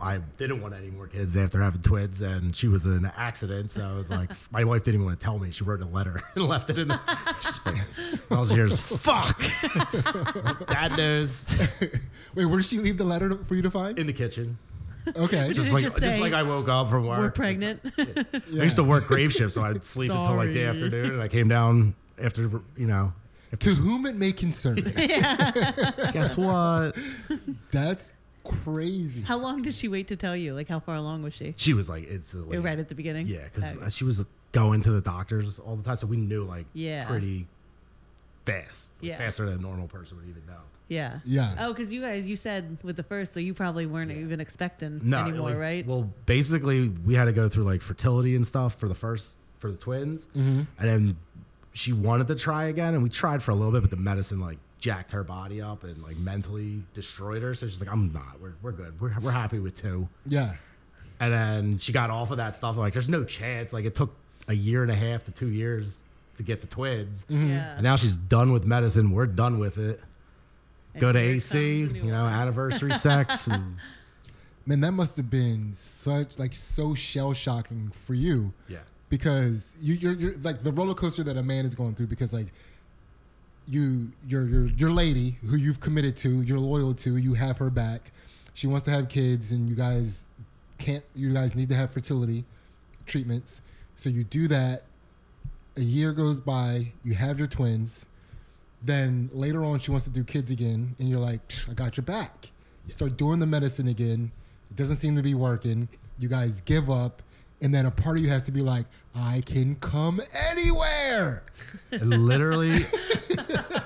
I didn't want any more kids after having twins, and she was in an accident. So I was like, my wife didn't even want to tell me. She wrote a letter and left it in the. She's like, I was here as fuck. Dad knows Wait, where did she leave the letter to- for you to find? in the kitchen. Okay. Just Just, it like just just say, like I woke up from work. We're pregnant. I used to work grave shift, so I'd sleep until like the Sorry. afternoon, and I came down after you know. to whom it may concern. Guess what? That's crazy. how long did she wait to tell you? Like, how far along was she? She was like instantly Right at the beginning? Uh, Yeah, because Okay. she was going to the doctors all the time, so we knew like Yeah. pretty fast, like, Yeah. faster than a normal person would even know. Yeah. Yeah. Oh, because you guys, you said with the first, so you probably weren't even expecting No, it, anymore, like- right? Well, basically, we had to go through like fertility and stuff for the first for the twins, and then she wanted to try again, and we tried for a little bit, but the medicine like jacked her body up and like mentally destroyed her. So she's like, "I'm not. We're we're good. We're we're happy with two. Yeah. And then she got off of that stuff. Like, there's no chance. Like, it took a year and a half to two years to get the twins. Mm-hmm. yeah. And now she's done with medicine. We're done with it. Go to here AC, comes a new you know, one. anniversary sex. And Man, that must have been such like so shell shocking for you. yeah. Because you, you're you're like the roller coaster that a man is going through because like you your your your lady who you've committed to, you're loyal to, you have her back. She wants to have kids and you guys can't you guys need to have fertility treatments. So you do that. A year goes by, you have your twins. Then later on she wants to do kids again and you're like, "Psh, I got your back. You start doing the medicine again. It doesn't seem to be working. You guys give up and then a part of you has to be like, I can come anywhere. And literally,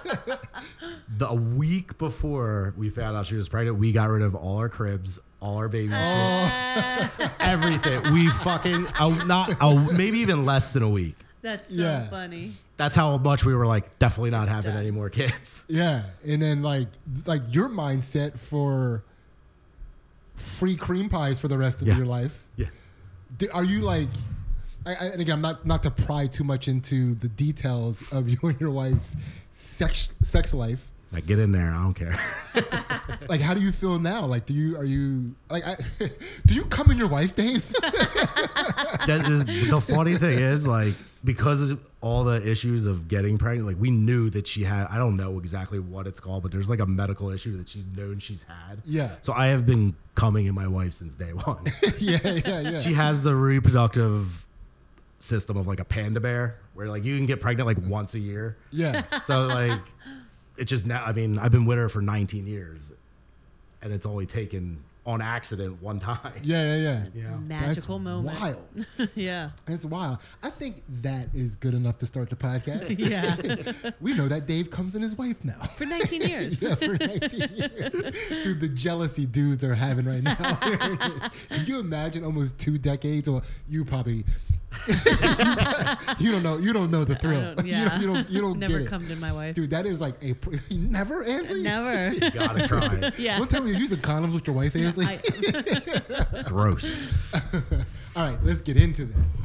the week before we found out she was pregnant, we got rid of all our cribs, all our baby Oh. Ah, shit, everything. We fucking, a, not, a, maybe even less than a week. That's so Yeah. funny. That's how much we were like, definitely not having done. any more kids. Yeah, and then like like your mindset for free cream pies for the rest of Yeah. your life. Yeah. Do- Are you like? I, I, and again, I'm not not to pry too much into the details of you and your wife's sex sex life. Like, get in there. I don't care. Like, how do you feel now? Like, do you are you like? I, do you come in your wife, Dave? that is the funny thing is like because of all the issues of getting pregnant like we knew that she had i don't know exactly what it's called but there's like a medical issue that she's known she's had Yeah. so i have been coming in my wife since day one yeah, yeah, yeah. she has the reproductive system of like a panda bear where like you can get pregnant like once a year yeah. so like it just now i mean i've been with her for 19 years and it's only taken on accident one time Yeah, yeah, yeah. yeah That's Magical moment. Wild. yeah. It's wild. I think that is good enough to start the podcast. Yeah. we know that Dave comes in his wife now. For 19 years. Yeah, for 19 years. Dude, the jealousy dudes are having right now. Can you imagine almost two decades? Or you probably you don't know you don't know the thrill. don't- you don't you don't, you don't Never get come it. to my wife. Dude, that is like a pr- never Ansley. Never. gotta try Yeah. One time you using condoms with your wife, Ansley. I, gross All right, let's get into this.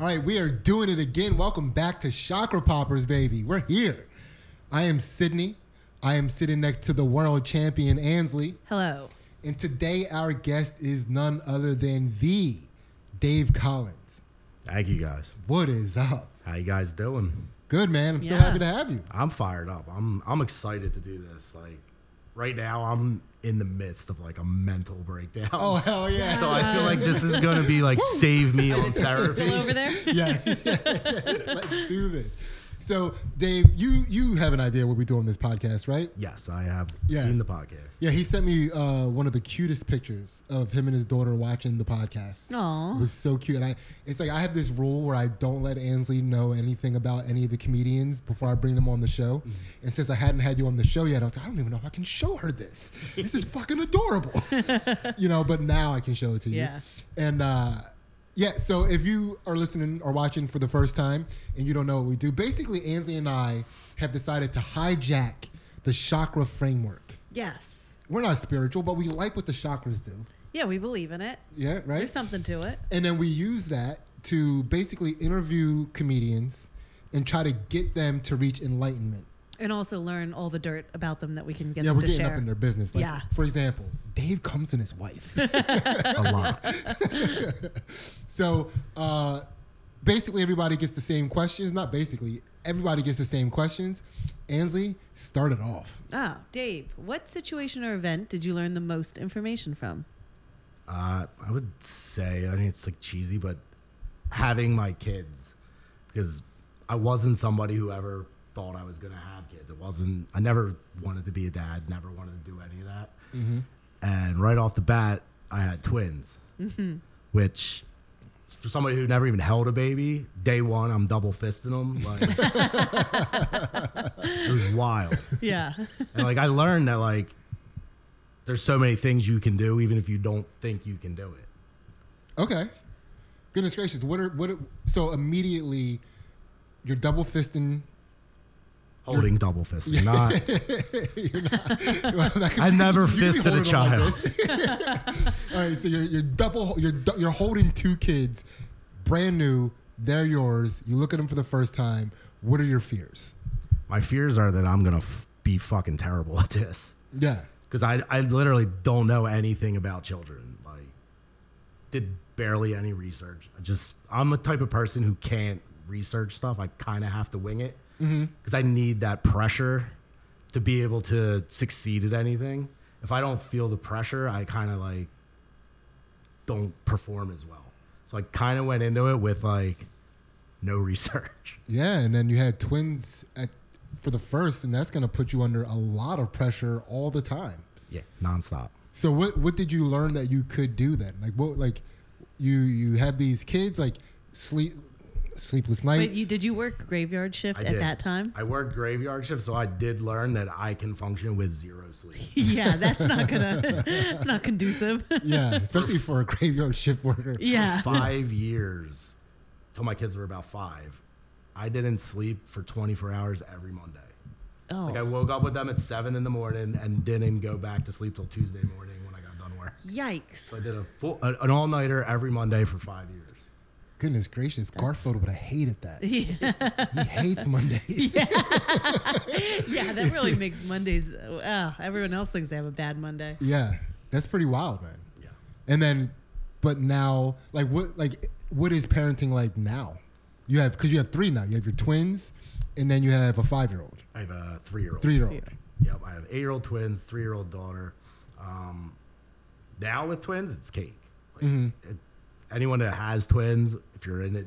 All right, we are doing it again. Welcome back to Chakra Poppers, baby. We're here. I am Sydney. I am sitting next to the world champion Ansley. hello. And today, our guest is none other than the Dave Collins. thank you guys What is up? How you guys doing? Good, man. I'm so Yeah. happy to have you. I'm fired up. I'm I'm excited to do this. Like right now I'm in the midst of like a mental breakdown. Oh, hell yeah. so I feel like this is going to be like save me on Still therapy. over there? yeah, let's do this. So, Dave, you you have an idea what we do on this podcast, right? Yes, I have Yeah. seen the podcast. Yeah, he sent me uh, one of the cutest pictures of him and his daughter watching the podcast. Aw. It was so cute, and I it's like I have this rule where I don't let Ansley know anything about any of the comedians before I bring them on the show. Mm-hmm. And since I hadn't had you on the show yet, I was like, I don't even know if I can show her this. This is fucking adorable, you know. But now I can show it to you. Yeah. And uh, yeah, so if you are listening or watching for the first time and you don't know what we do, basically Ansley and I have decided to hijack the chakra framework. Yes. We're not spiritual, but we like what the chakras do. Yeah, we believe in it. Yeah, right. There's something to it. And then we use that to basically interview comedians and try to get them to reach enlightenment. and also learn all the dirt about them that we can get yeah, them we're to getting share. up in their business. Like, Yeah. for example, Dave comes and his wife. a lot. So uh, basically, everybody gets the same questions. Not basically, everybody gets the same questions. Ansley, start it off. Ah, Dave, what situation or event did you learn the most information from? Uh, I would say, I mean, it's like cheesy, but having my kids because I wasn't somebody who ever thought I was going to have kids. It wasn't, I never wanted to be a dad, never wanted to do any of that. And right off the bat, I had twins, which for somebody who never even held a baby, day one, I'm double fisting them. Like, it was wild. Yeah. And like I learned that like there's so many things you can do even if you don't think you can do it. Okay. Goodness gracious, what are what? Are, so immediately, you're double fisting. Holding double fisting. Not That could I be- never you could be fisted a holding them like child. this. All right, so you're you're double you're du- you're holding two kids, brand new. They're yours. You look at them for the first time. What are your fears? My fears are that I'm gonna f- be fucking terrible at this Yeah. because I I literally don't know anything about children. Like did barely any research. I just I'm the type of person who can't research stuff. I kind of have to wing it because I need that pressure to be able to succeed at anything. If I don't feel the pressure, I kind of like don't perform as well. So I kind of went into it with like no research. Yeah, and then you had twins at for the first, and that's going to put you under a lot of pressure all the time. Yeah, nonstop. So what what did you learn that you could do then? Like what like you you had these kids like sleep sleepless nights. Wait, you, did you work graveyard shift I at did. that time? I worked graveyard shift, so I did learn that I can function with zero sleep. yeah, that's not gonna. it's not conducive. yeah, especially for a graveyard shift worker. yeah. five years till my kids were about five. I didn't sleep for 24 hours every Monday. Oh. Like I woke up with them at seven in the morning and didn't go back to sleep till Tuesday morning when I got done work. Yikes. So I did a full, an an all nighter every Monday for five years. Goodness gracious, Garfield would have hated that. Yeah. He hates Mondays. yeah, that really makes Mondays. Oh, everyone else thinks they have a bad Monday. yeah. That's pretty wild, man. Yeah. And then but now like what like what is parenting like now? You have cuz you have 3 now. You have your twins and then you have a 5-year-old. I have a three year old. 3-year-old. Yep. I have eight year old twins, three year old daughter. Um, now with twins, it's cake. Like, it, anyone that has twins, if you're in it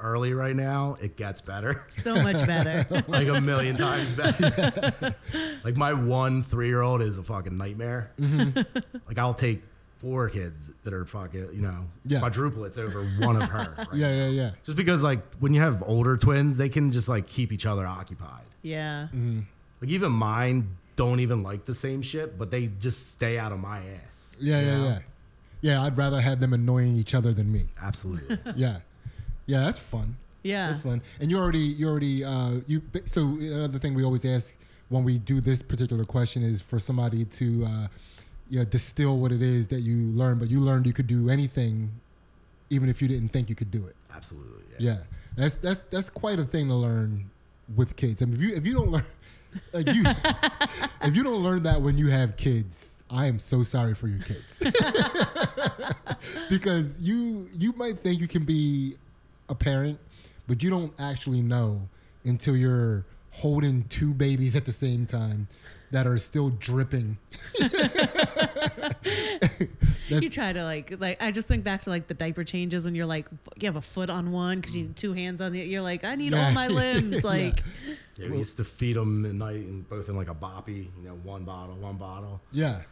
early right now, it gets better. So much better. like a million times better. like my one three year old is a fucking nightmare. Mm-hmm. Like I'll take four kids that are fucking, you know, Yeah. quadruplets over one of her. Right? Yeah, yeah, yeah. Just because like when you have older twins, they can just like keep each other occupied. yeah. Mm-hmm. Like even mine don't even like the same shit, but they just stay out of my ass. Yeah, you yeah, know? yeah. Yeah, I'd rather have them annoying each other than me. Absolutely. Yeah, yeah, that's fun. Yeah. That's fun. And you already, you already, uh, you. So another thing we always ask when we do this particular question is for somebody to, uh, you know, distill what it is that you learned. But you learned you could do anything, even if you didn't think you could do it. Absolutely. Yeah. Yeah, that's that's that's quite a thing to learn with kids. I mean, if you if you don't learn, like you, if you don't learn that when you have kids, I am so sorry for your kids, because you you might think you can be a parent, but you don't actually know until you're holding two babies at the same time that are still dripping. you try to like like I just think back to like the diaper changes and you're like you have a foot on one because you need two hands on the you're like I need Yeah. all my limbs like Yeah, we used to feed them at night and both in like a boppy, you know, one bottle, one bottle. Yeah.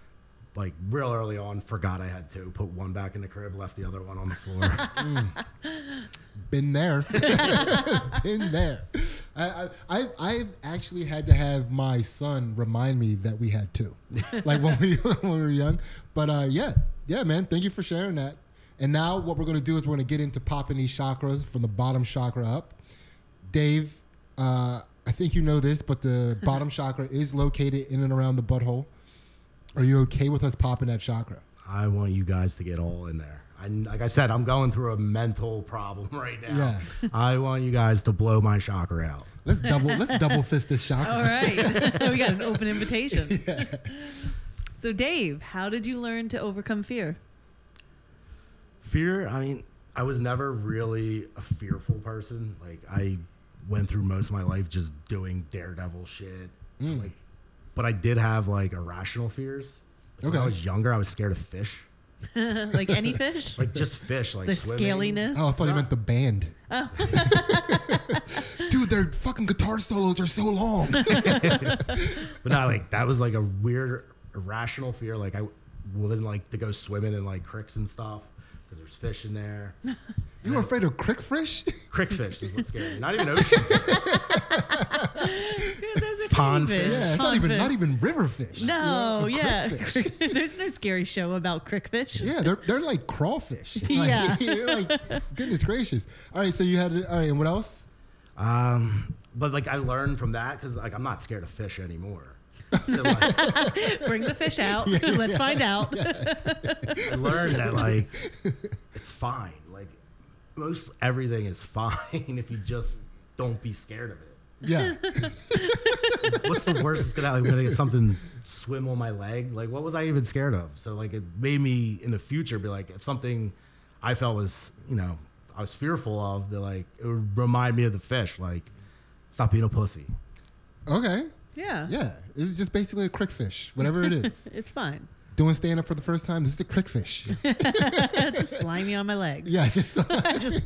like real early on, forgot I had two, put one back in the crib, left the other one on the floor. Been there. Been there. I, I, I, I've actually had to have my son remind me that we had two, like when we, when we were young. But uh, yeah, yeah, man. Thank you for sharing that. And now what we're going to do is we're going to get into popping these chakras from the bottom chakra up. Dave, uh, I think you know this, but the bottom chakra is located in and around the butthole. Are you okay with us popping that chakra? I want you guys to get all in there. I I, like I said, I'm going through a mental problem right now. Yeah. I want you guys to blow my shocker out. Let's double let's double fist this shocker. All right. we got an open invitation. So, Dave, how did you learn to overcome fear? Fear, I mean, I was never really a fearful person. Like I went through most of my life just doing daredevil shit. So Hmm. like but I did have like irrational fears. Like, When I Okay. was younger, I was scared of fish. like any fish? Like just fish, like the swimming. scaliness? Oh, I thought he meant the band. Oh. Dude, their fucking guitar solos are so long. But not like that was like a weird irrational fear. Like I wouldn't like to go swimming in like creeks and stuff because there's fish in there. you were afraid of crickfish? Crick fish is what scared me. Not even ocean. Yeah, Those are Pond tiny fish. fish. Yeah, it's not Pond even fish. not even riverfish. No, You know, yeah. crickfish. There's no scary show about crickfish. Yeah, they're they're like crawfish. Like, Yeah. you're like, goodness gracious. All right, so you had all right, and what else? Um, but like I learned from that because like I'm not scared of fish anymore. So, like, Bring the fish out. Let's find out. I learned that like it's fine. Like most everything is fine if you just don't be scared of it. Yeah. What's the worst that's gonna happen? Like, I'm gonna get something swim on my leg. Like what was I even scared of? So like it made me in the future be like if something I felt was you know I was fearful of that like it would remind me of the fish. Like stop being a pussy. Okay. Yeah. Yeah. It's just basically a crickfish, whatever it is. It's fine. Doing stand up for the first time, this is a crickfish. Just slimy on my leg. Yeah, just I just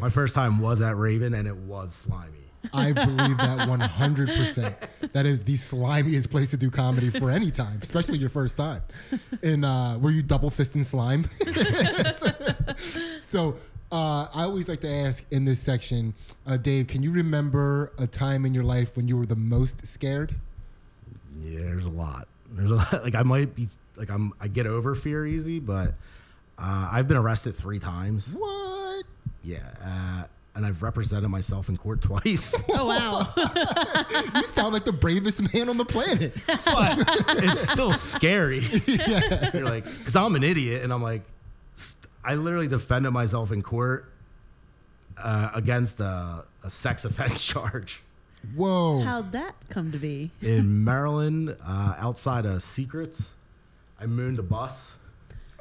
My first time was at Raven and it was slimy. I believe that 100%. That is the slimiest place to do comedy for any time, especially your first time. And uh, were you double fisting slime? so uh, I always like to ask in this section, uh, Dave, can you remember a time in your life when you were the most scared? Yeah, there's a lot. There's a lot. Like I might be like I'm I get over fear easy, but uh, I've been arrested three times. What? Yeah, uh, and I've represented myself in court twice. Oh wow. You sound like the bravest man on the planet. but it's still scary. You're like, because I'm an idiot, and I'm like, st- I literally defended myself in court uh, against a, a sex offense charge Whoa. How'd that come to be? in Maryland uh, outside of Secrets. I mooned a bus,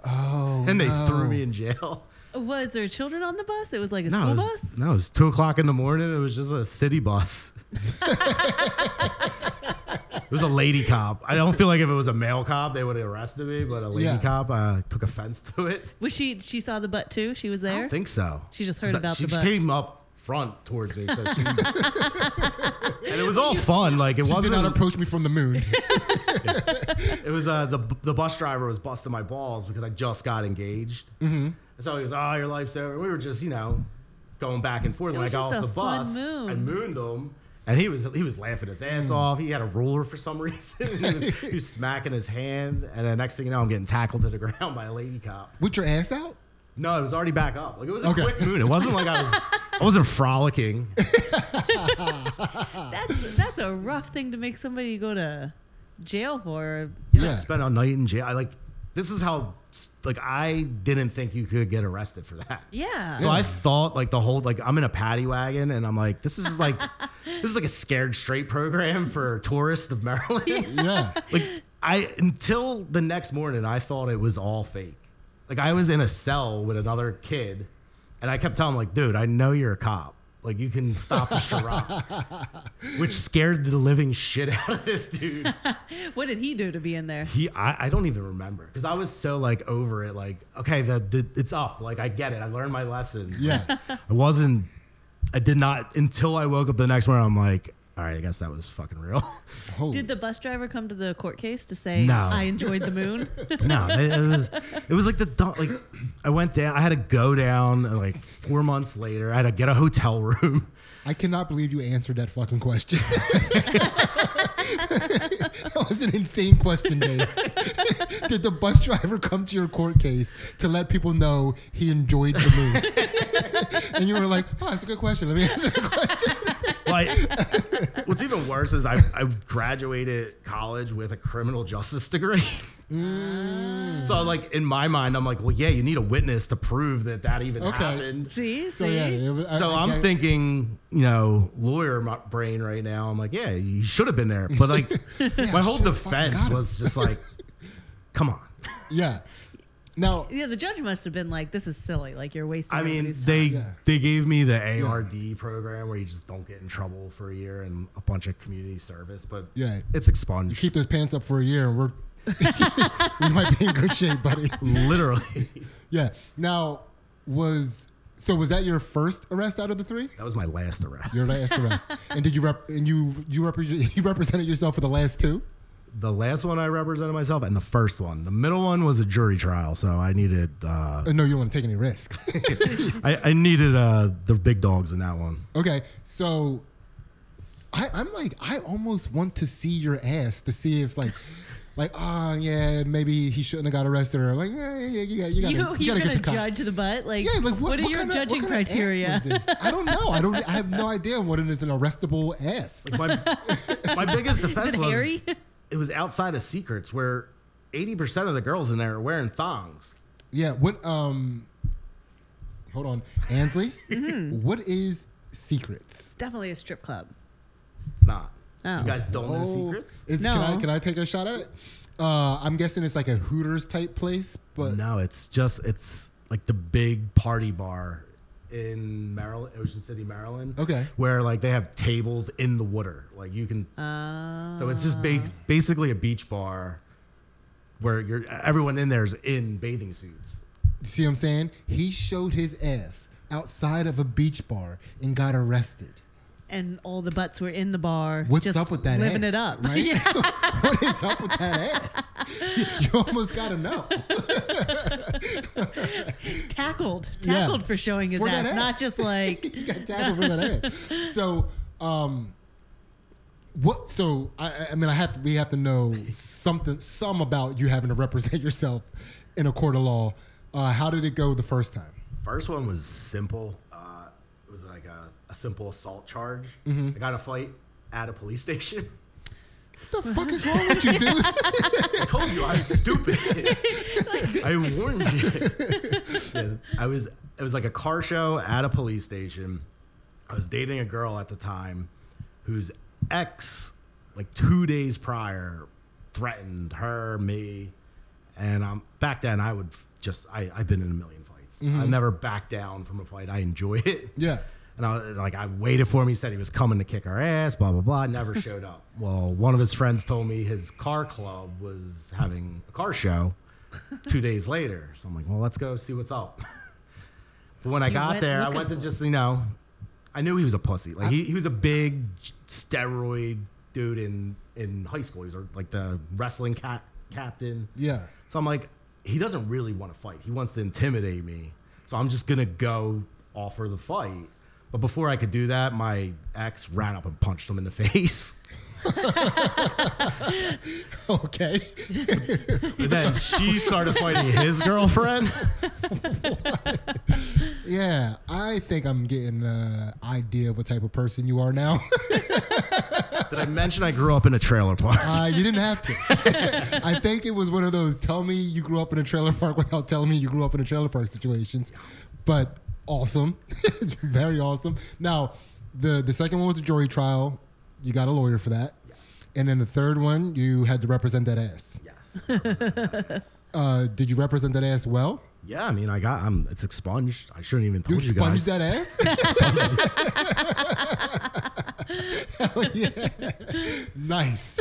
oh. and they threw no. me in jail. Was there children on the bus? It was like a No, school it was, bus? No, it was two o'clock in the morning. It was just a city bus. it was a lady cop. I don't feel like if it was a male cop, they would have arrested me, but a lady Yeah. cop uh, took offense to it. Was she she saw the butt too? She was I there? don't think so. She just heard So about she the just butt. came up front towards me. So she, and it was all fun. Like it She did wasn't. not approach me from the moon. it was uh, the the bus driver was busting my balls because I just got engaged. Mm-hmm. So he was, "Oh, your life's over." And we were just, you know, going back and forth. It when I was got just off the a fun bus, moon. Mm. I mooned him, and he was he was laughing his ass off. He had a ruler for some reason. he, was, he was smacking his hand, and the next thing you know, I'm getting tackled to the ground by a lady cop. With your ass out? No, it was already back up. Like it was a Okay. quick moon. It wasn't like I was. I wasn't frolicking. That's that's a rough thing to make somebody go to jail for. I Yeah. spent a night in jail. I like this is how like I didn't think you could get arrested for that. Yeah. So I thought like the whole like I'm in a paddy wagon and I'm like this is like this is like a scared straight program for tourists of Maryland. Yeah. Like I until the next morning I thought it was all fake. Like I was in a cell with another kid and I kept telling him like dude I know you're a cop. Like you can stop the charade, which scared the living shit out of this dude. What did he do to be in there? He, I, I don't even remember because I was so like over it. Like, okay, the, the it's up. Like, I get it. I learned my lesson. Yeah. I wasn't. I did not until I woke up the next morning. I'm like, all right, I guess that was fucking real. Holy. Did the bus driver come to the court case to say No. I enjoyed the moon? no, it, it was. It was like the dumb- like. I went down. I had to go down uh, like four months later. I had to get a hotel room. I cannot believe you answered that fucking question. that was an insane question, Dave. Did the bus driver come to your court case to let people know he enjoyed the move? and you were like, oh, that's a good question. Let me answer the question. Well, like, what's even worse is I, I graduated college with a criminal justice degree. Mm. So, like, in my mind, I'm like, well, yeah, you need a witness to prove that that even Okay. happened. See, see. So yeah, it was- I- So I I, get am it. thinking, you know, lawyer my brain right now. I'm like, yeah, you should have been there. But like, my whole should've fucking defense got him. was just like, come on. Yeah. Now, yeah, the judge must have been like, "This is silly. Like you're wasting." I mean, everybody's they Yeah. they gave me the ARD program where you just don't get in trouble for a year and a bunch of community service, but Yeah. it's expunged. keep those pants up for a year, and we're we might be in good shape, buddy. Literally, Yeah. Now, was so was that your first arrest out of the three? that was my last arrest. Your last arrest, and did you rep and you you represent you represented yourself for the last two? the last one I represented myself, and the first one. The middle one was a jury trial, so I needed uh, Uh, no, you don't want to take any risks. I, I needed uh, the big dogs in that one. okay, so I, I'm like I almost want to see your ass to see if like. Like oh yeah, maybe he shouldn't have got arrested or like yeah, yeah, yeah, you time. gotta, You, you you're gotta get gonna the cop. judge the butt. Like, Yeah, like what, are what your kinda- what judging kinda ass criteria? is this? I don't know. I don't. I have no idea what it is an arrestable ass. My, my biggest defense it was hairy? it was outside of secrets where eighty percent of the girls in there are wearing thongs. Yeah. What? Um. Hold on, Ansley. Mm-hmm. what is secrets? It's definitely a strip club. It's not. Oh. You guys don't know Oh, secrets. Is, Can I No. can I take a shot at it? Uh, I'm guessing it's like a Hooters type place, but No, it's just it's like the big party bar in Maryland, Ocean City, Maryland. Okay. Where like they have tables in the water, like you can. Uh, so it's just ba- basically a beach bar where you're everyone in there is in bathing suits. you see what I'm saying? He showed his ass outside of a beach bar and got arrested. and all the butts were in the bar. What's just up with that? Living ass, it up. right? Yeah. what is up with that ass? You, you almost gotta know. tackled, Yeah. tackled for showing his For that ass, ass. not just like you got tackled for that ass. So, um, what? So, I, I mean, I have to, we have to know something, some about you having to represent yourself in a court of law. Uh, how did it go the first time? First one was simple. Uh, it was like a, a simple assault charge. Mm-hmm. I got in a fight at a police station. What the fuck is wrong with you, dude? I told you I'm stupid. I warned you. Yeah, I was it was like a car show at a police station. I was dating a girl at the time whose ex like 2 days prior threatened her, me, and um back then I would f- just I I've been in a million fights. I never back down from a fight. I enjoy it. yeah. And I was, like I waited for him. He said he was coming to kick her ass. Blah blah blah. Never showed up. Well, one of his friends told me his car club was having a car show two days later. So I'm like, well, let's go see what's up. but when I got went there, I looking went to for just you know, I knew he was a pussy. Like he, he was a big steroid dude in in high school. He was like the wrestling cat captain. Yeah. So I'm like, he doesn't really want to fight. He wants to intimidate me. So I'm just gonna go offer the fight. But before I could do that, my ex ran up and punched him in the face. Okay. And then she started fighting his girlfriend. Yeah. I think I'm getting an idea of what type of person you are now. Did I mention I grew up in a trailer park? Uh, you didn't have to. I think it was one of those tell me you grew up in a trailer park without telling me you grew up in a trailer park situations. But awesome. it's very awesome. Now, the, the second one was a jury trial. You got a lawyer for that. And then the third one, you had to represent that ass. Yes. Uh, did you represent that ass well? Yeah, I mean, I got. I'm. It's expunged. I shouldn't even You told you, expunged guys. that ass? Hell yeah. Nice.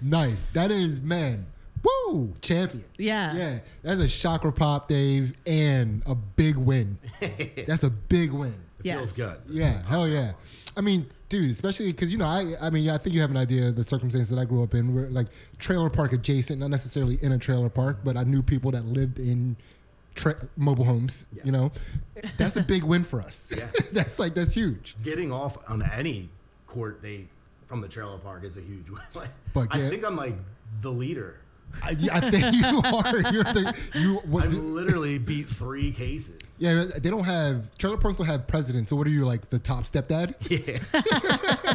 nice. That is, man, woo, champion. Yeah. Yeah. That's a chakra pop, Dave, and a big win. That's a big win. It Yes. feels good. Yeah. Hell yeah. I mean, dude, especially because, you know, I, I mean, I think you have an idea of the circumstances that I grew up in. We're like trailer park adjacent, not necessarily in a trailer park, but I knew people that lived in tra- mobile homes, you know. That's a big win for us. Yeah. that's like, that's huge. Getting off on any court date from the trailer park is a huge. win. Like, But I get- think I'm like the leader I, I think you are. You're the, you, I what, do, literally beat three cases. yeah, they don't have trailer parks don't have presidents. So what are you like the top stepdad, Yeah.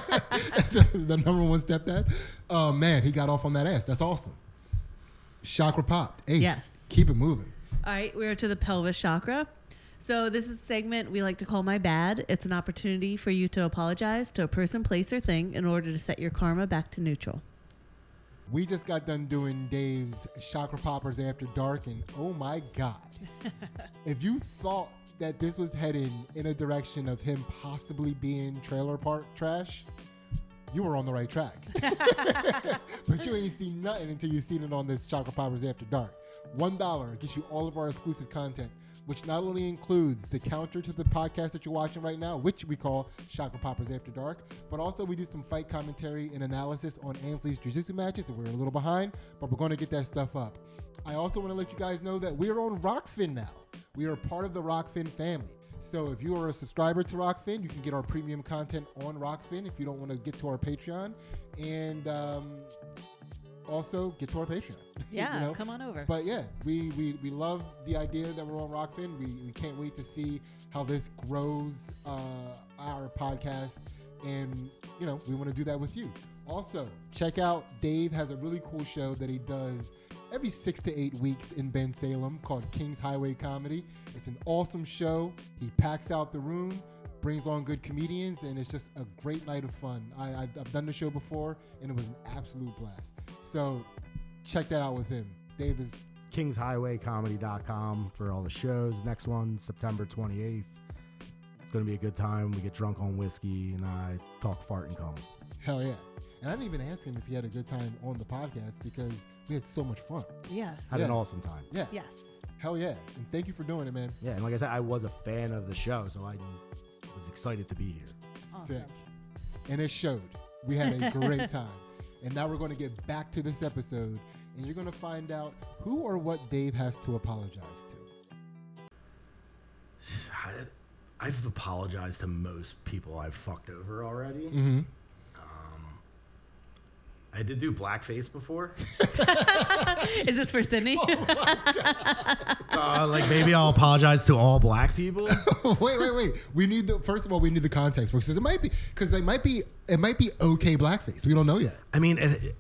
the number one stepdad? Oh man, he got off on that ass. That's awesome. Chakra popped. Ace. Yes. Keep it moving. All right, we're to the pelvis chakra. So this is a segment we like to call My Bad. It's an opportunity for you to apologize to a person, place, or thing in order to set your karma back to neutral. We just got done doing Dave's Chakra Poppers After Dark, and oh my God. if you thought that this was heading in a direction of him possibly being trailer park trash, you were on the right track. but you ain't seen nothing until you seen it on this Chakra Poppers After Dark. $1 gets you all of our exclusive content, which not only includes the counter to the podcast that you're watching right now, which we call Chakra Poppers After Dark, but also we do some fight commentary and analysis on Ansley's Jiu Jitsu matches that we're a little behind, but we're going to get that stuff up. I also want to let you guys know that we are on Rockfin now. We are part of the Rockfin family. So if you are a subscriber to Rockfin, you can get our premium content on Rockfin if you don't want to get to our Patreon. And um, also get to our Patreon. Yeah, You know? come on over. But yeah, we, we, we love the idea that we're on Rockfin. We, we can't wait to see how this grows uh, our podcast. And, you know, we want to do that with you. Also, check out Dave has a really cool show that he does every six to eight weeks in Ben Salem called King's Highway Comedy. It's an awesome show. He packs out the room, brings on good comedians, and it's just a great night of fun. I, I've, I've done the show before, and it was an absolute blast. So check that out with him. Dave is KingsHighwayComedy.com for all the shows. Next one, September 28th. It's going to be a good time. We get drunk on whiskey and I talk fart and cum. hell yeah. And I didn't even ask him if he had a good time on the podcast because we had so much fun. yes. Had an Yeah. awesome time. Yeah. Yes. Hell yeah. And thank you for doing it, man. Yeah, and like I said, I was a fan of the show, so I was excited to be here. Awesome. Sick. And it showed. We had a great time. And now we're going to get back to this episode and you're going to find out who or what Dave has to apologize to. I, I've apologized to most people I've fucked over already. Um, Mm-hmm. I did do blackface before. Is this for Sydney? Oh. uh, like maybe I'll apologize to all black people. wait, wait, wait. We need the first of all, we need the context because it might be because it might be it might be okay blackface. We don't know yet. I mean, it, it-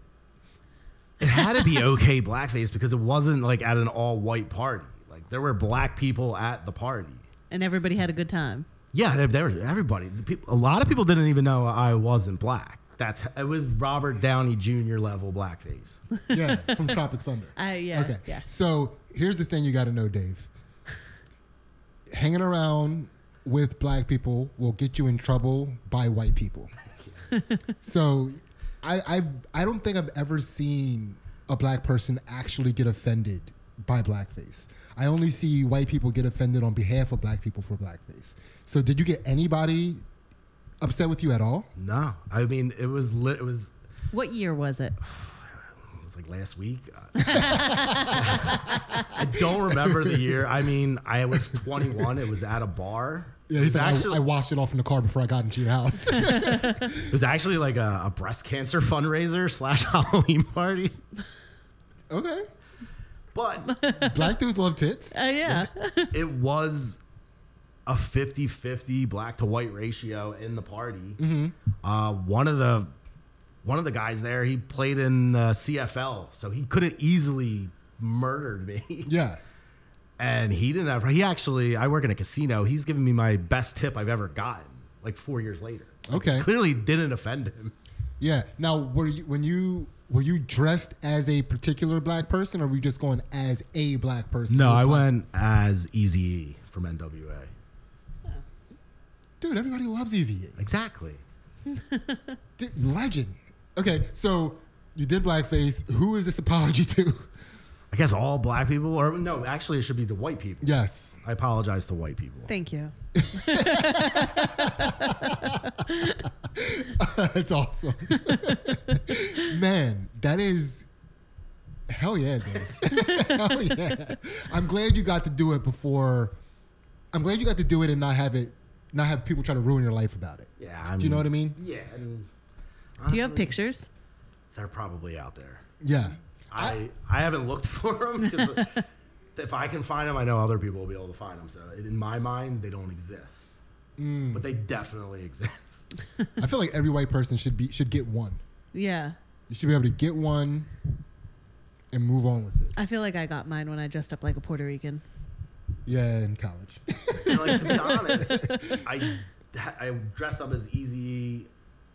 it had to be okay blackface because it wasn't like at an all white party. Like there were black people at the party. and everybody had a good time. Yeah, there, there was everybody. The peop- a lot of people didn't even know I wasn't black. That's it was Robert Downey Jr. level blackface. Yeah, from Tropic Thunder. I Uh, yeah. Okay. Yeah. So here's the thing you got to know, Dave. Hanging around with black people will get you in trouble by white people. so I, I I don't think I've ever seen a black person actually get offended by blackface. I only see white people get offended on behalf of black people for blackface. So did you get anybody upset with you at all? No, I mean it was lit. It was What year was it? it was like last week. I don't remember the year. I mean, I was 21. It was at a bar. Yeah, It he's was like, I- actually, I, washed it off in the car before I got into your house. it was actually like a, a breast cancer fundraiser slash Halloween party. okay. But Black dudes love tits. Uh, yeah. it was a 50-50 black to white ratio in the party. Uh, one of the one of the guys there, he played in the CFL, so he could have easily murdered me. Yeah. And he didn't have. He actually, I work in a casino. He's giving me my best tip I've ever gotten. Like four years later. Okay. Clearly didn't offend him. Yeah. Now, were you when you were you dressed as a particular black person, or were you just going as a black person? No, A I black- went as Easy from NWA. Dude, everybody loves Easy. Exactly. Dude, legend. Okay, so you did blackface. Who is this apology to? I guess all black people, or no, actually, it should be the white people. yes. I apologize to white people. Thank you. That's awesome. Man, that is hell yeah, dude. hell yeah. I'm glad you got to do it before. I'm glad you got to do it and not have it, not have people try to ruin your life about it. Yeah. Do you know what I mean? Yeah. And Do you have honestly, pictures? They're probably out there. Yeah. I I haven't looked for them because if I can find them, I know other people will be able to find them. So in my mind, they don't exist, Mm. but they definitely exist. I feel like every white person should be should get one. Yeah. You should be able to get one and move on with it. I feel like I got mine when I dressed up like a Puerto Rican. Yeah, in college. And, like to be honest, I I dressed up as Easy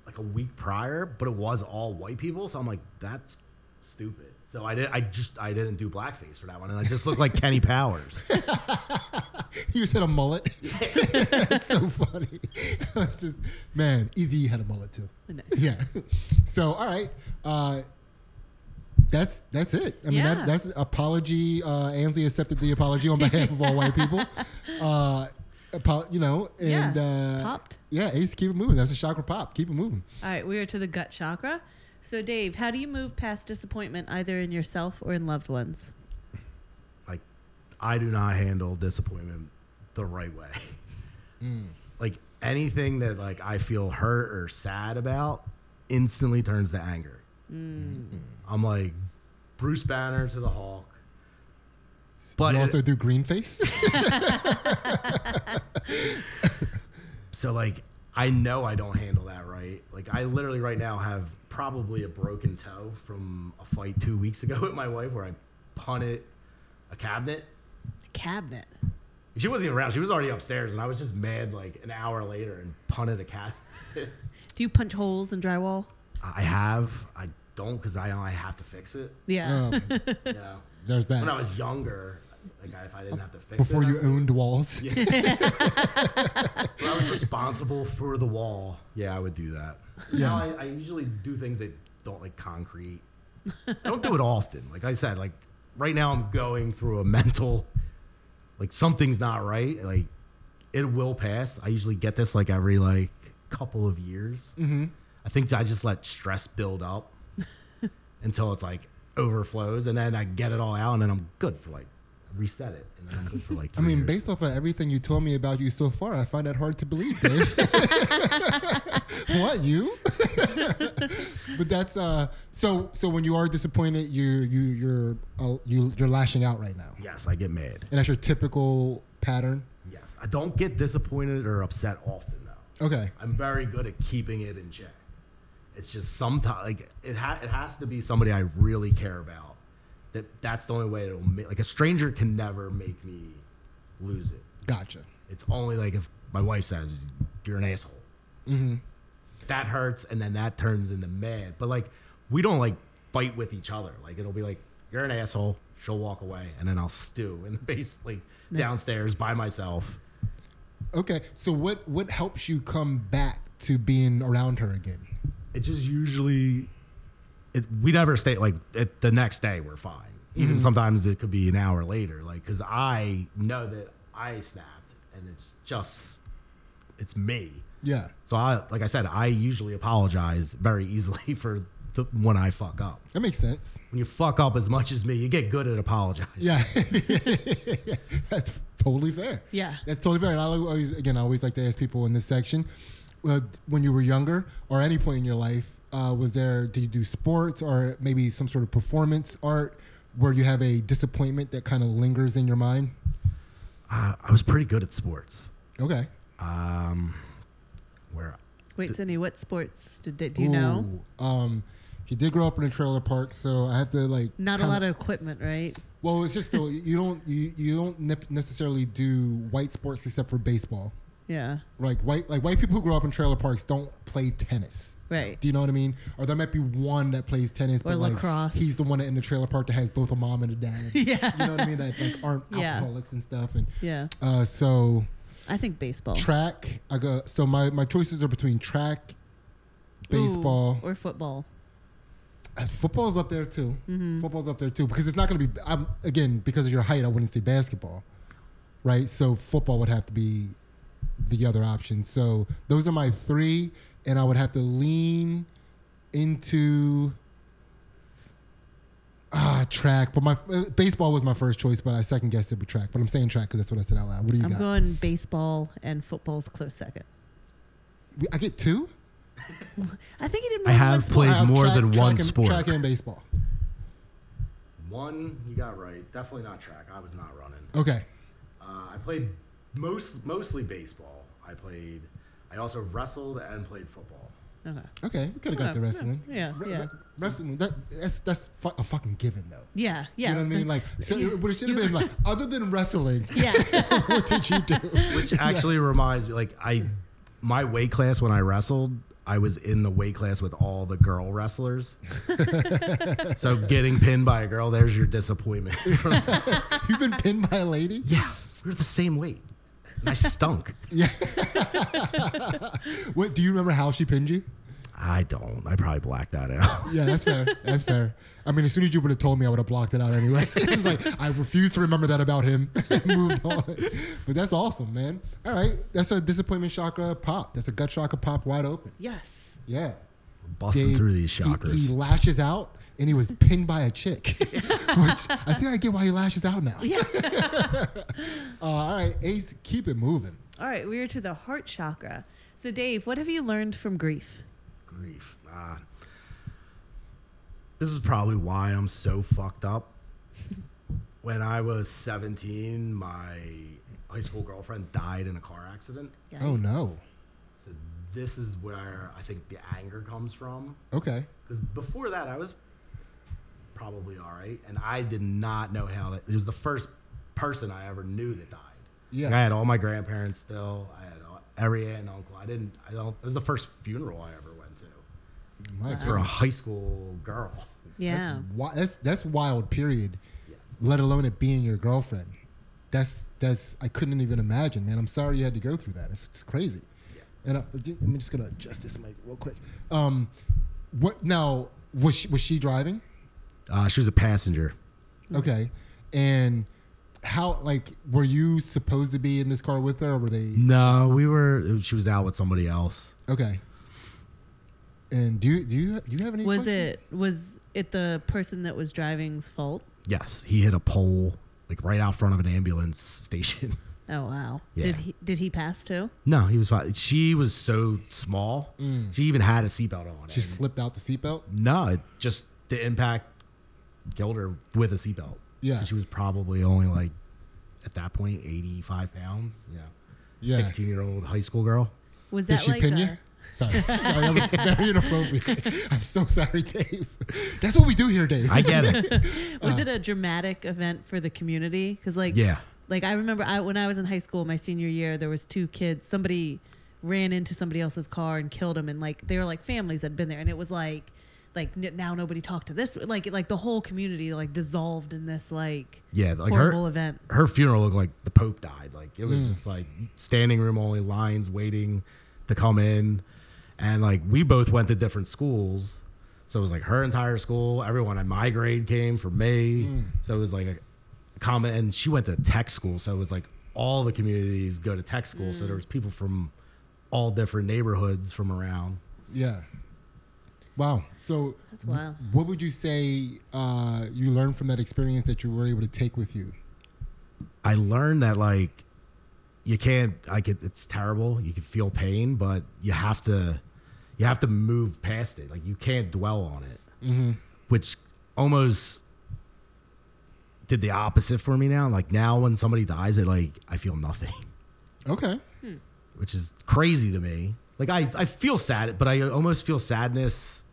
like a week prior, but it was all white people, so I'm like, that's stupid. So I did I just I didn't do blackface for that one, and I just looked like Kenny Powers. you said a mullet. That's so funny. I was just man, Easy had a mullet too. Nice. Yeah. So all right. Uh that's that's it. I mean, Yeah. that, that's apology. Uh, Ansley accepted the apology on behalf of all white people. Uh, apo- you know, and Yeah. uh, Popped. Yeah, Ace, keep it moving. That's a chakra pop. Keep it moving. All right, we are to the gut chakra. So, Dave, how do you move past disappointment either in yourself or in loved ones? like I do not handle disappointment the right way. Hmm. Like anything that like I feel hurt or sad about instantly turns to anger. Hmm. I'm like Bruce Banner to the Hulk. But you it- also do green face. so like I know I don't handle that right. Like I literally right now have probably a broken toe from a fight 2 weeks ago with my wife where I punted a cabinet Cabinet. She wasn't even around. She was already upstairs, and I was just mad like an hour later and punted a cat. Do you punch holes in drywall? I have. I don't because I I have to fix it. Yeah. um, You know? there's that. When I was younger, like I- if I didn't have to fix Before it, you I, owned walls. if I was responsible for the wall. Yeah, I would do that. Yeah. Now I, I usually do things that don't like concrete. I don't do it often. Like I said, like right now I'm going through a mental, like something's not right. Like it will pass. I usually get this like every like couple of years. Mm-hmm. I think I just let stress build up until it's like overflows, and then I get it all out, and then I'm good for like reset it, and then I'm good for like. I three mean, years. based off of everything you told me about you so far, I find that hard to believe, Dave. what you? but that's uh. So so when you are disappointed, you you you're uh, you you're lashing out right now, yes, I get mad. and that's your typical pattern. Yes, I don't get disappointed or upset often though. Okay. I'm very good at keeping it in check. It's just sometimes like it ha- it has to be somebody I really care about. That that's the only way it'll make like a stranger can never make me lose it. Gotcha. It's only like if my wife says you're an asshole. That hurts, and then that turns into mad. But like we don't like fight with each other. Like it'll be like you're an asshole. She'll walk away, and then I'll stew in the base like downstairs by myself. Okay. So what what helps you come back to being around her again? it just usually it, we never stay like it, the next day we're fine even sometimes it could be an hour later like because i know that i snapped and it's just it's me Yeah. so i like i said i usually apologize very easily for the, when i fuck up That makes sense. when you fuck up as much as me you get good at apologizing Yeah, that's totally fair. Yeah. that's totally fair. And I always, again, I always like to ask people in this section, uh, when you were younger or any point in your life, uh, was there? Did you do sports or maybe some sort of performance art where you have a disappointment that kind of lingers in your mind? uh, i was pretty good at sports Okay, um where Wait, Cindy, what sports did they, do you know? Ooh, Um, he did grow up in a trailer park, so I have to like Not a kinda- lot of equipment, right? Well, it's just though you don't you, you don't nep- necessarily do white sports except for baseball. Yeah. like white like white people who grow up in trailer parks don't play tennis. Right. Do you know what I mean? Or there might be one that plays tennis, Or but like lacrosse. he's the one that in the trailer park that has both a mom and a dad. Yeah. you know what I mean? That like aren't Yeah. alcoholics and stuff. And Yeah. uh, so I think baseball. track, I go. So my my choices are between track, Ooh, baseball, or football. uh, football's up there too. Mm-hmm. Football's up there too because it's not going to be I'm, again because of your height. I wouldn't say basketball, right? So football would have to be the other option. So those are my three, and I would have to lean into ah track. But my uh, baseball was my first choice, but I second guessed it with track. But I'm saying track because that's what I said out loud. What do you I'm got? going baseball and football's close second. We- I get two. I think he did more i than one have sport. played I have more track- than one track and- sport Track and baseball. One, you got right. Definitely not track. I was not running. Okay. Uh, I played most mostly baseball. I played. I also wrestled and played football. Okay. Okay. We could have got Yeah, the wrestling. Yeah. Re- Yeah. re- wrestling. That, that's that's fu- a fucking given though. Yeah. Yeah. You know what I mean? Like, so it, what it should have been like, other than wrestling, yeah. what did you do? Which actually reminds me, like I, my weight class when I wrestled, I was in the weight class with all the girl wrestlers. so getting pinned by a girl, there's your disappointment. You've been pinned by a lady. yeah, we were the same weight. And I stunk. What do you remember? How she pinned you? I don't. I probably blacked that out. Yeah, that's fair. That's fair. I mean, as soon as you would have told me, I would have blocked it out anyway. it was like I refuse to remember that about him. and moved on. But that's awesome, man. All right, that's a disappointment chakra pop. That's a gut chakra pop wide open. yes. Yeah, Busting Dave, E-, through these he- chakras. He, lashes out, and he was pinned by a chick, which I think I get why he lashes out now. Yeah. Uh, all right, Ace, keep it moving. All right, we are to the heart chakra. So, Dave, what have you learned from grief? grief. Ah. This is probably why I'm so fucked up. When I was 17, my high school girlfriend died in a car accident. Oh no. So this is where I think the anger comes from. Okay. Because before that, I was probably all right, and I did not know how that. It was the first person I ever knew that died. Yeah. Like, I had all my grandparents still. I had all, every aunt and uncle. I didn't. I don't. It was the first funeral I ever went to My for a high school girl. Yeah. That's, wi- that's that's wild. Period. Yeah. Let alone it being your girlfriend. That's that's I couldn't even imagine, man. I'm sorry you had to go through that. It's, it's crazy. Yeah. And I, I'm just gonna adjust this mic real quick. Um, what now? Was she, was she driving? Uh, she was a passenger. Mm-hmm. Okay. And how like were you supposed to be in this car with her? Or were they No, we were. She was out with somebody else. okay? And do you do you do you have any? Was questions? it was it the person that was driving's fault? Yes, he hit a pole like right out front of an ambulance station. Oh wow. Yeah. Did he did he pass too? No, he was fine. She was so small. She even had a seatbelt on. She and- slipped out the seatbelt. no, it just the impact killed her with a seatbelt. Yeah. And she was probably only like at that point eighty five pounds. You know, Yeah. sixteen year old high school girl. Was Did that she like pin a, you? Sorry, sorry, that was very inappropriate. I'm so sorry, Dave. That's what we do here, Dave. I get it. Uh. was it a dramatic event for the community? Because like yeah. like I remember I, when I was in high school, my senior year, there was two kids. Somebody ran into somebody else's car and killed him, and like they were like families had been there, and it was like like n- now nobody talked to this like like the whole community like dissolved in this like Yeah, like her- horrible event. her funeral looked like the Pope died. Like it was just like standing room only, lines waiting to come in, and like we both went to different schools, so it was like her entire school. Everyone at my grade came for me, so it was like a common. And she went to tech school, so it was like all the communities go to tech school. So there was people from all different neighborhoods from around. Yeah. Wow. So, That's wild. what would you say uh, you learned from that experience that you were able to take with you? I learned that like you can't I could it's terrible. You can feel pain, but you have to you have to move past it. Like you can't dwell on it. Which almost did the opposite for me now. Like now when somebody dies, it like I feel nothing. Okay. Which is crazy to me. Like I, I feel sad, but I almost feel sadness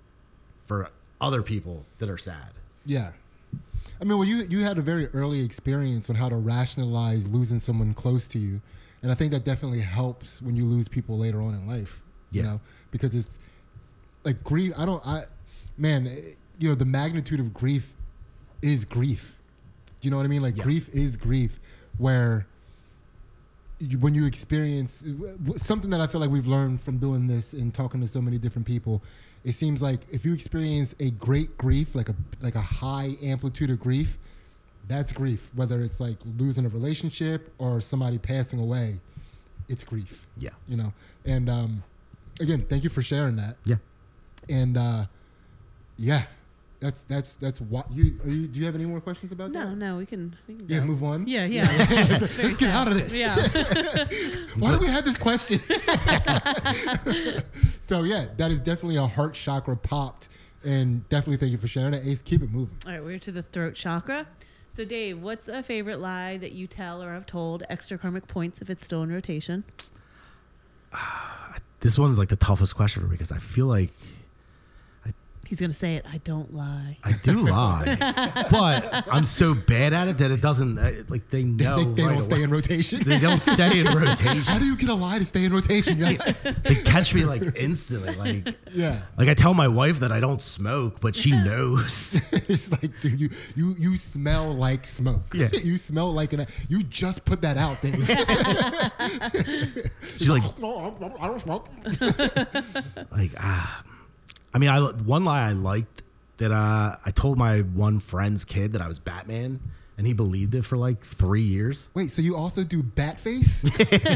for other people that are sad. Yeah. I mean, well, you you had a very early experience on how to rationalize losing someone close to you, and I think that definitely helps when you lose people later on in life. You Yeah. know, because it's like grief. I don't. I man, eh, you know, the magnitude of grief is grief. Do you know what I mean? Like Yeah. grief is grief, where you, when you experience w- w- something that I feel like we've learned from doing this and talking to so many different people, it seems like if you experience a great grief, like a like a high amplitude of grief, that's grief. Whether it's like losing a relationship or somebody passing away, it's grief. Yeah. You know, and um, again, thank you for sharing that. Yeah. And uh, yeah, that's that's that's what you, are you. Do you have any more questions about No, that? no, we can, we can Yeah, go. move on. Yeah, yeah, Let's get out of this. yeah. Why do we have this question? so yeah, that is definitely a heart chakra popped. And definitely thank you for sharing that. Ace, keep it moving. All right, we're to the throat chakra. So, Dave, what's a favorite lie that you tell or have told? Extra karmic points if it's still in rotation. This one's like the toughest question for me because I feel like He's gonna say it. I don't lie. I do lie, but I'm so bad at it that it doesn't uh, like they They, know. they, they right don't stay away. in rotation. They don't stay in rotation. How do you get a lie to stay in rotation, guys? They catch me like instantly. Like, yeah. like I tell my wife that I don't smoke, but she knows. it's like, dude, you you you smell like smoke. Yeah. you smell like an. You just put that out, Dave. She's like, no, I don't- I don't smoke. like ah. I mean, I one lie I liked that uh, I told my one friend's kid that I was Batman, and he believed it for like three years. Wait, so you also do bat face? That's.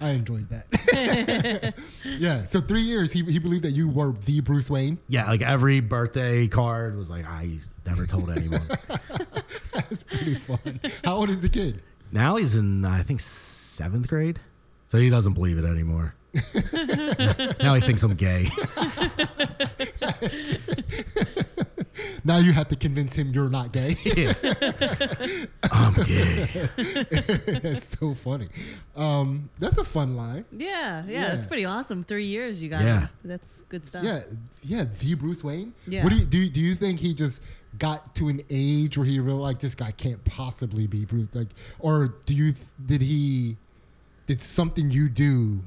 I enjoyed that. yeah. So three years, he he believed that you were the Bruce Wayne. Yeah, like every birthday card was like I never told anyone. That's pretty fun. How old is the kid? now he's in I think seventh grade, so he doesn't believe it anymore. now he thinks I'm gay. Now you have to convince him you're not gay. I'm gay. that's so funny. Um, that's a fun lie. Yeah, yeah, Yeah. that's pretty awesome. Three years you got. Yeah. him. that's good stuff. Yeah, yeah, the Bruce Wayne. Yeah. What do you do? Do you think he just got to an age where he realized like this guy can't possibly be Bruce? Like, or do you? th- Did he? Did something you do?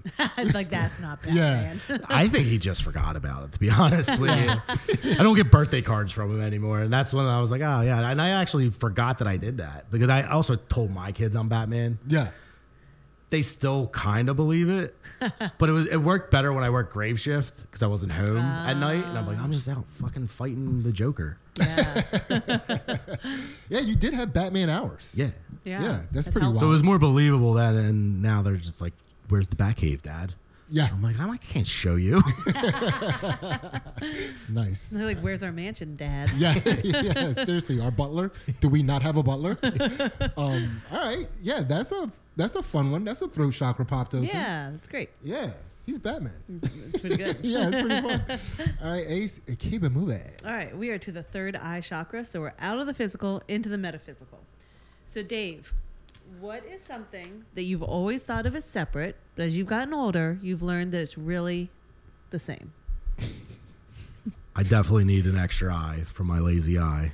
like that's not bad. Yeah. Man. I think he just forgot about it. To be honest with you, I don't get birthday cards from him anymore, and that's when I was like, oh yeah. And I actually forgot that I did that because I also told my kids I'm Batman. Yeah. They still kind of believe it, but it was it worked better when I worked grave shift because I wasn't home at night, and I'm like, I'm just out fucking fighting the Joker. yeah, Yeah, you did have Batman hours. Yeah. yeah, Yeah, that's That pretty So it wild. was more believable then, and now they're just like, "Where's the Batcave, Dad?" Yeah, I'm like, "I'm- I can't show you. nice. They're like, "Where's our mansion, Dad?" Yeah, yeah. Seriously, our butler. Do we not have a butler? Um, all right. Yeah, that's a that's a fun one. That's a throat chakra popped open. yeah, that's great. Yeah, he's Batman. It's pretty good. yeah, it's pretty fun. All right, Ace, keep it moving. All right, we are to the third eye chakra, so we're out of the physical into the metaphysical. So, Dave, what is something that you've always thought of as separate, but as you've gotten older, you've learned that it's really the same? I definitely need an extra eye for my lazy eye,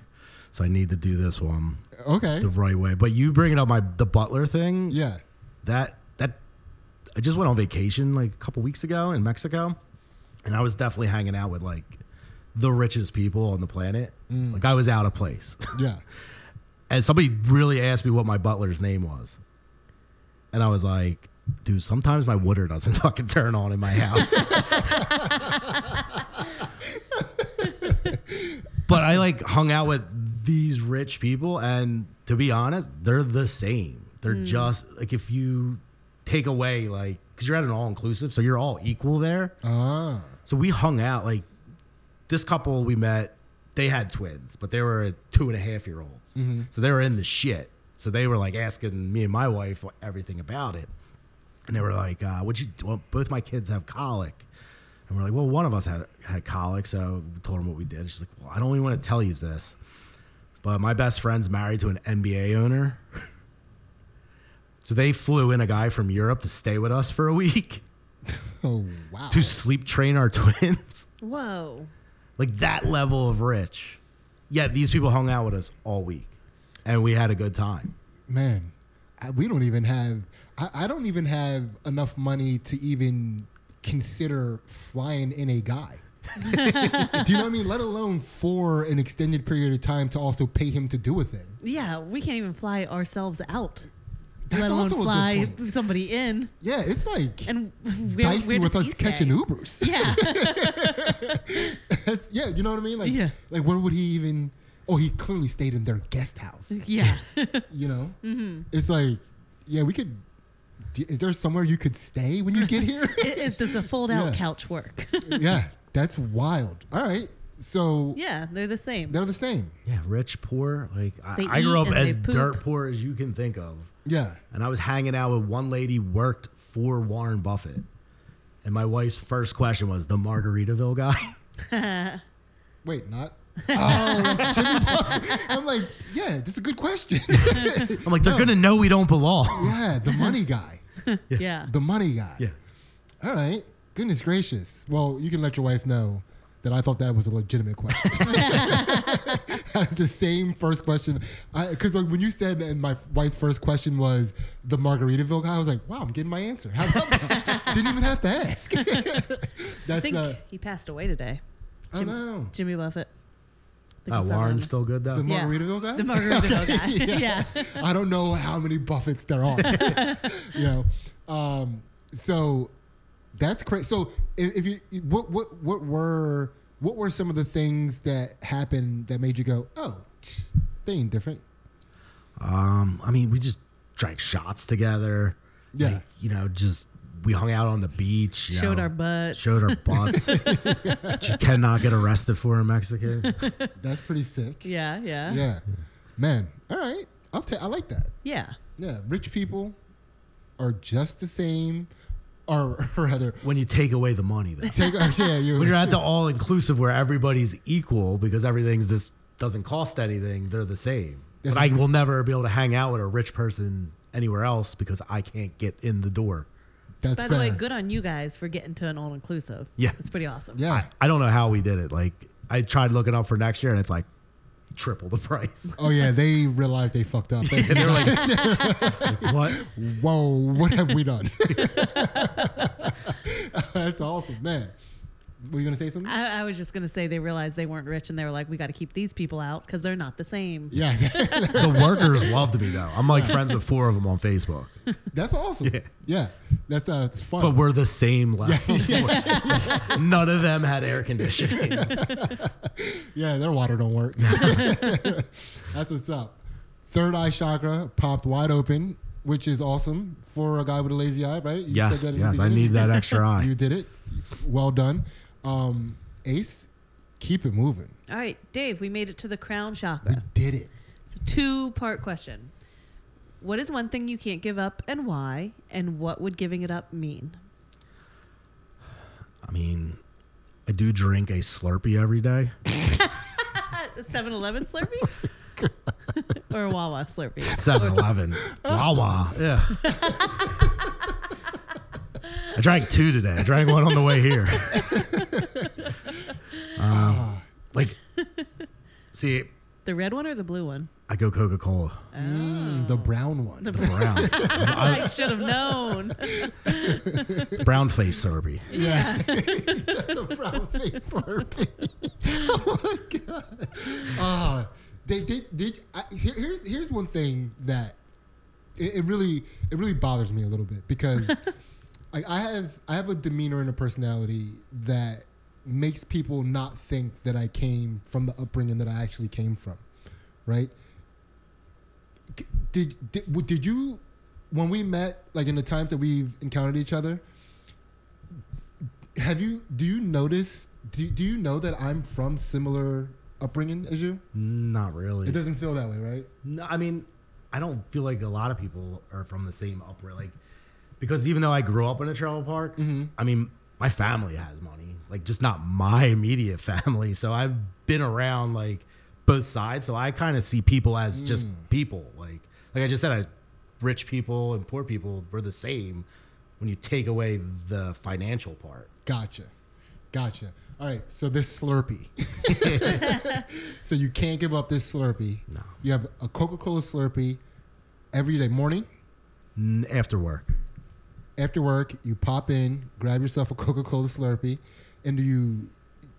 so I need to do this one Okay. the right way." But you bringing up my the butler thing, Yeah. that that I just went on vacation like a couple weeks ago in Mexico, and I was definitely hanging out with like the richest people on the planet. Mm. Like I was out of place. Yeah. and somebody really asked me what my butler's name was, and I was like, "Dude, sometimes my water doesn't fucking turn on in my house." but I like hung out with these rich people, and to be honest, they're the same. They're just like if you take away like because you're at an all inclusive, so you're all equal there. Ah. So we hung out like this couple we met. They had twins, but they were two and a half year olds. So they were in the shit. So they were like asking me and my wife everything about it, and they were like, uh, "Would you? Well, both my kids have colic." And we're like, well, one of us had had colic, so we told them what we did. She's like, well, I don't even want to tell you this, but my best friend's married to an NBA owner, so they flew in a guy from Europe to stay with us for a week Oh wow. to sleep train our twins Whoa. like that level of rich. Yet these people hung out with us all week, and we had a good time. Man, I, we don't even have. I, I don't even have enough money to even consider flying in a guy. do you know what I mean? Let alone for an extended period of time to also pay him to do a thing. Yeah, we can't even fly ourselves out. That's let alone also a good fly point. somebody in Yeah, it's like and we're, dicey with us catching Ubers. Yeah, That's- yeah, you know what I mean? Like, Yeah. like where would he even? Oh, he clearly stayed in their guest house. yeah. you know Mm-hmm. it's like yeah we could d- is there somewhere you could stay when you get here It, it, does the fold-out Yeah. couch work? yeah that's wild all right so yeah, they're the same. they're the same Yeah, rich, poor. Like I, They I grew eat up and as they poop. dirt poor as you can think of, yeah and I was hanging out with one lady worked for Warren Buffett, and And my wife's first question was the Margaritaville guy. Wait, not. Oh, it's Jimmy Buffett. I'm like, yeah, that's a good question. I'm like, they're gonna know we don't belong. yeah, the money guy. Yeah. The money guy. Yeah. All right. Goodness gracious. Well, you can let your wife know that I thought that was a legitimate question. That's the same first question. Because like, when you said and my wife's first question was the Margaritaville guy, I was like, wow, I'm getting my answer. How about that? Didn't even have to ask. I That's, think uh, he passed away today. oh no. Jimmy Buffett. I think Uh, I saw Warren's that. still good though. The Margaritaville guy? The Margaritaville guy. yeah. I don't know how many Buffets there are. you know, um, so that's crazy. So if, if you what what what were what were some of the things that happened that made you go, oh, tch, they ain't different? Um, I mean, we just drank shots together. Yeah. Like, you know, just we hung out on the beach. you Showed know, our butts. Showed our butts. Which you cannot get arrested for in Mexico. That's pretty sick. Yeah. Yeah. Yeah. Yeah, man. All right, I'll ta- I like that. Yeah, rich people are just the same, or rather, When you take away the money, though. take yeah, you. When you're at the all inclusive where everybody's equal because everything's this doesn't cost anything, they're the same. Yes. But I will never be able to hang out with a rich person anywhere else because I can't get in the door. That's By fair. the way, good on you guys for getting to an all inclusive. Yeah. It's pretty awesome. Yeah. I don't know how we did it. Like I tried looking up for next year and it's like triple the price. Oh yeah, they realized they fucked up. They- And they were like, what? whoa, what have we done? That's awesome, man. Were you gonna say something? I, I was just gonna say they realized they weren't rich and they were like, we got to keep these people out because they're not the same. yeah, The workers loved me though. I'm like friends with four of them on Facebook, that's awesome. Yeah, Yeah. that's uh, it's fun. but we're the same level. None of them had air conditioning. yeah, their water don't work. that's what's up. Third eye chakra popped wide open, which is awesome for a guy with a lazy eye, right? You yes, in the yes, I beginning. need that extra You eye. did it. Well done, um, Ace. Keep it moving. All right, Dave, we made it to the crown chakra. Did it. It's a two part question. What is one thing you can't give up and why? And what would giving it up mean? I mean, I do drink a Slurpee every day. 7 Eleven Slurpee? or a Wawa Slurpee? 7-Eleven, Wawa. Yeah. I drank two today. I drank one on the way here. Um, like, see, The red one or the blue one? I go Coca Cola Mm, the brown one. brown, I should have known. brown face Slurpee. Yeah. That's a brown face Slurpee. oh my god. Uh, they did. did I, here, here's here's one thing that it, it really it really bothers me a little bit because I, I have I have a demeanor and a personality that makes people not think that I came from the upbringing that I actually came from, right? C- Did did, w- did you when we met like in the times that we've encountered each other? Have you do you notice do, do you know that I'm from similar upbringing as you? Not really. It doesn't feel that way, right? No, I mean, I don't feel like a lot of people are from the same upbringing. Like, because even though I grew up in a trailer park, I mean, my family has money, like just not my immediate family. So I've been around like both sides. So I kind of see people as just people. Like, like I just said, as rich people and poor people, we're the same. When you take away the financial part, Gotcha. Gotcha. All right, so this Slurpee. so you can't give up this Slurpee. No. You have a Coca-Cola Slurpee every day morning, N- after work, after work, you pop in, grab yourself a Coca-Cola Slurpee, and do you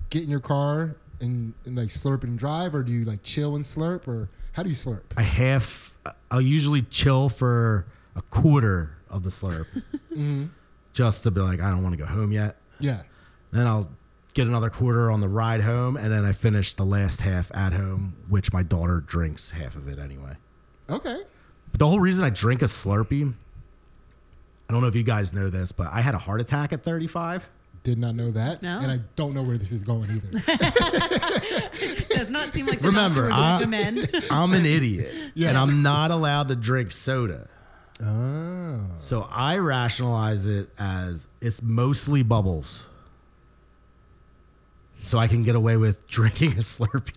get in your car and, and like slurp and drive or do you like chill and slurp or how do you slurp? I half, I'll usually chill for a quarter of the slurp just to be like, I don't want to go home yet. Yeah. Then I'll get another quarter on the ride home, and then I finish the last half at home, which my daughter drinks half of it anyway. Okay. But the whole reason I drink a Slurpee, I don't know if you guys know this, but I had a heart attack at 35. Did not know that. No? And I don't know where this is going either. Does not seem like the Remember, uh, doctor would I- recommend. I'm an idiot, Yeah. and I'm not allowed to drink soda. Oh. So I rationalize it as it's mostly bubbles. So I can get away with drinking a Slurpee.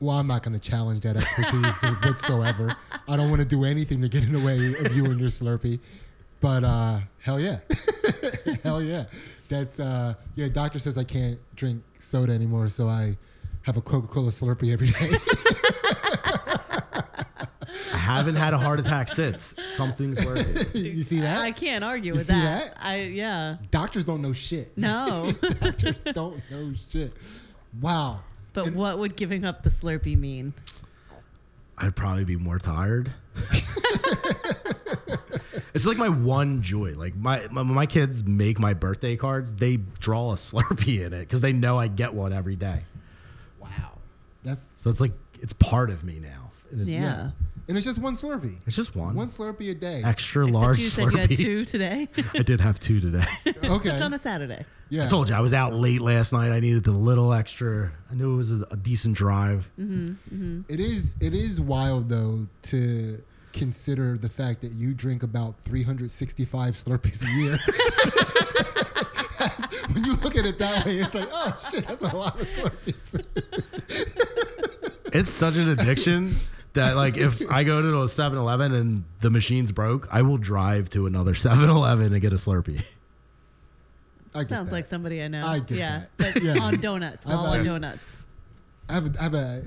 Well, I'm not going to challenge that expertise whatsoever. I don't want to do anything to get in the way of you and your Slurpee. But uh, hell yeah, hell yeah. That's uh, yeah. Doctor says I can't drink soda anymore, so I have a Coca-Cola Slurpee every day. I haven't had a heart attack since. Something's working. you see I that? can't argue You with see that. that? I yeah. Doctors don't know shit. No. Doctors don't know shit. Wow. But what would giving up the Slurpee mean? I'd probably be more tired. it's like my one joy. Like my, my my kids make my birthday cards. They draw a Slurpee in it because they know I get one every day. Wow. That's So it's like it's part of me now. And it- Yeah. yeah. And it's just one Slurpee. It's just one, One Slurpee a day. extra Except large you said Slurpee. you had two today. I did have two today. Except on Okay. a Saturday. Yeah. I told you I was out late last night. I needed the little extra. I knew it was a, a decent drive. Mm-hmm. It is it is wild though to consider the fact that you drink about 365 Slurpees a year. when you look at it that way, it's like, oh shit, that's a lot of Slurpees. It's such an addiction that like if I go to a 7-Eleven and the machine's broke, I will drive to another 7-Eleven and get a Slurpee. I get Sounds that. like somebody I know. I get yeah. that. But Yeah. on donuts. I've All on had- donuts. I have, a, I have a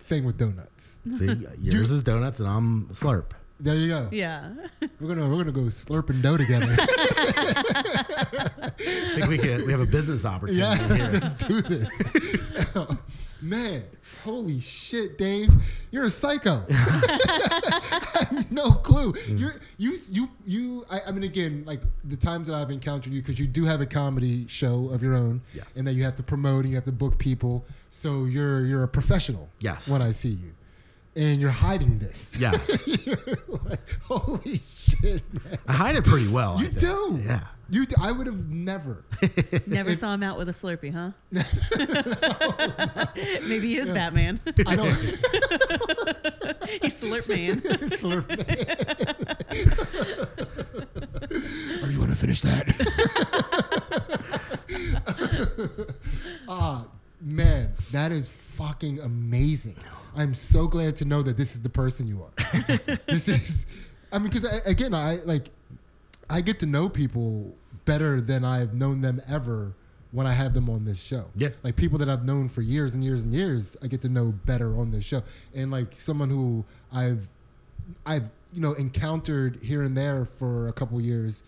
thing with donuts. See, yours is donuts and I'm Slurp. There you go. Yeah. We're gonna we're gonna go slurp and dough together. I think we could we have a business opportunity Yeah, here. let's do this. Man, holy shit, Dave, you're a psycho. I had no clue. Mm. You're you you you. I, I mean, again, like the times that I've encountered you, because you do have a comedy show of your own, Yes. and that you have to promote and you have to book people. So you're you're a professional. Yes. When I see you, and you're hiding this. Yeah. You're like, holy shit, man. I hide it pretty well. Oh, I You think. do. Yeah. You do. I would have never. Never saw him out with a Slurpee, huh? Maybe he is Batman. I don't. He's Slurp Man. Slurp Are you going to finish that? Ah, man, that is fucking amazing. I'm so glad to know that this is the person you are. this is, I mean, because again, I like, I get to know people better than I've known them ever when I have them on this show. Yeah. Like people that I've known for years and years and years, I get to know better on this show. And like someone who I've I've you know encountered here and there for a couple years,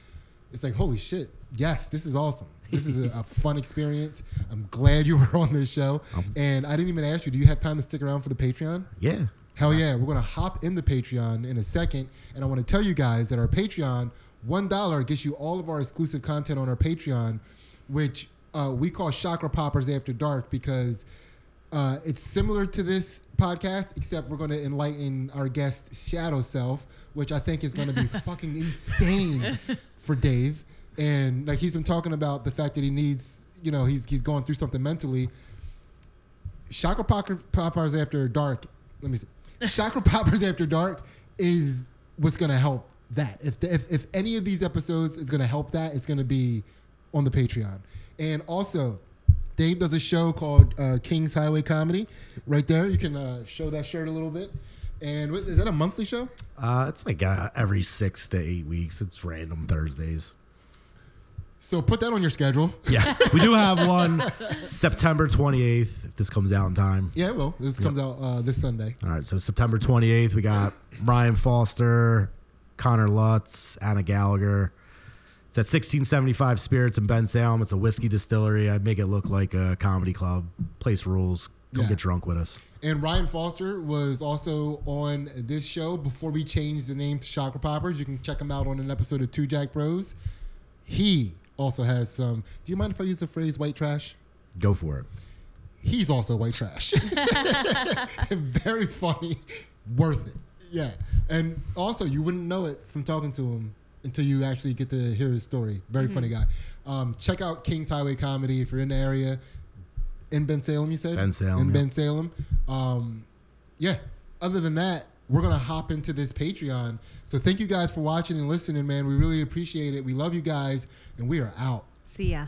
it's like holy shit, yes, this is awesome. This is a, a fun experience. I'm glad you were on this show, and I didn't even ask you. Do you have time to stick around for the Patreon? Yeah. Hell yeah, we're gonna hop in the Patreon in a second, and I want to tell you guys that our Patreon one dollar gets you all of our exclusive content on our Patreon, which uh, we call Chakra Poppers After Dark because uh, it's similar to this podcast, except we're gonna enlighten our guest Shadow Self, which I think is gonna be fucking insane for Dave, and like he's been talking about the fact that he needs, you know, he's he's going through something mentally. Chakra Pocker- Poppers After Dark. Let me see. Chakra Poppers After Dark is what's going to help that. If, the, if if any of these episodes is going to help that, it's going to be on the Patreon. And also, Dave does a show called uh, King's Highway Comedy. Right there, you can uh, show that shirt a little bit. And what, is that a monthly show? Uh, it's like uh, every six to eight weeks. It's random Thursdays. So put that on your schedule. Yeah. We do have one September 28th, if this comes out in time. Yeah, it will. This comes out uh, this Sunday. All right, so September 28th, we got Ryan Foster, Connor Lutz, Anna Gallagher. It's at 1675 Spirits in Ben Salem. It's a whiskey distillery. I make it look like a comedy club. Place rules. Come Yeah. get drunk with us. And Ryan Foster was also on this show before we changed the name to Chakra Poppers. You can check him out on an episode of Two Jack Bros. He also has some. Do you mind if I use the phrase white trash? Go for it. He's also white trash. Very funny. Worth it. Yeah. And also, you wouldn't know it from talking to him until you actually get to hear his story. Very funny guy. Um, check out Kings Highway Comedy if you're in the area. In Ben Salem, you said? Ben Salem, In yeah. Ben Salem. Um, yeah. Other than that, we're gonna hop into this Patreon. So thank you guys for watching and listening, man. We really appreciate it. We love you guys, and we are out. See ya.